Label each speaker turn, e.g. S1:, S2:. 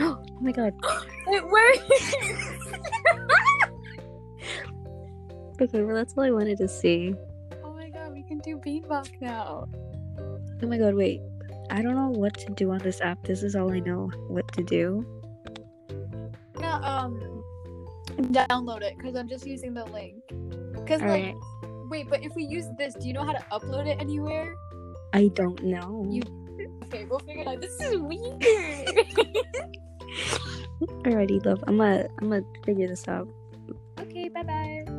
S1: Oh my god.
S2: It worked.
S1: Okay, well that's all I wanted to see.
S2: oh my god, we can do beatbox now.
S1: Oh my god, wait. I don't know what to do on this app. This is all I know what to do.
S2: No, um, download it because I'm just using the link. Because
S1: Alright.
S2: like, wait, but if we use this, do you know how to upload it anywhere?
S1: I don't know.
S2: You- Okay, we'll figure it out. This is weird.
S1: Alrighty, love. I'm gonna I'm gonna figure this out.
S2: okay, bye bye.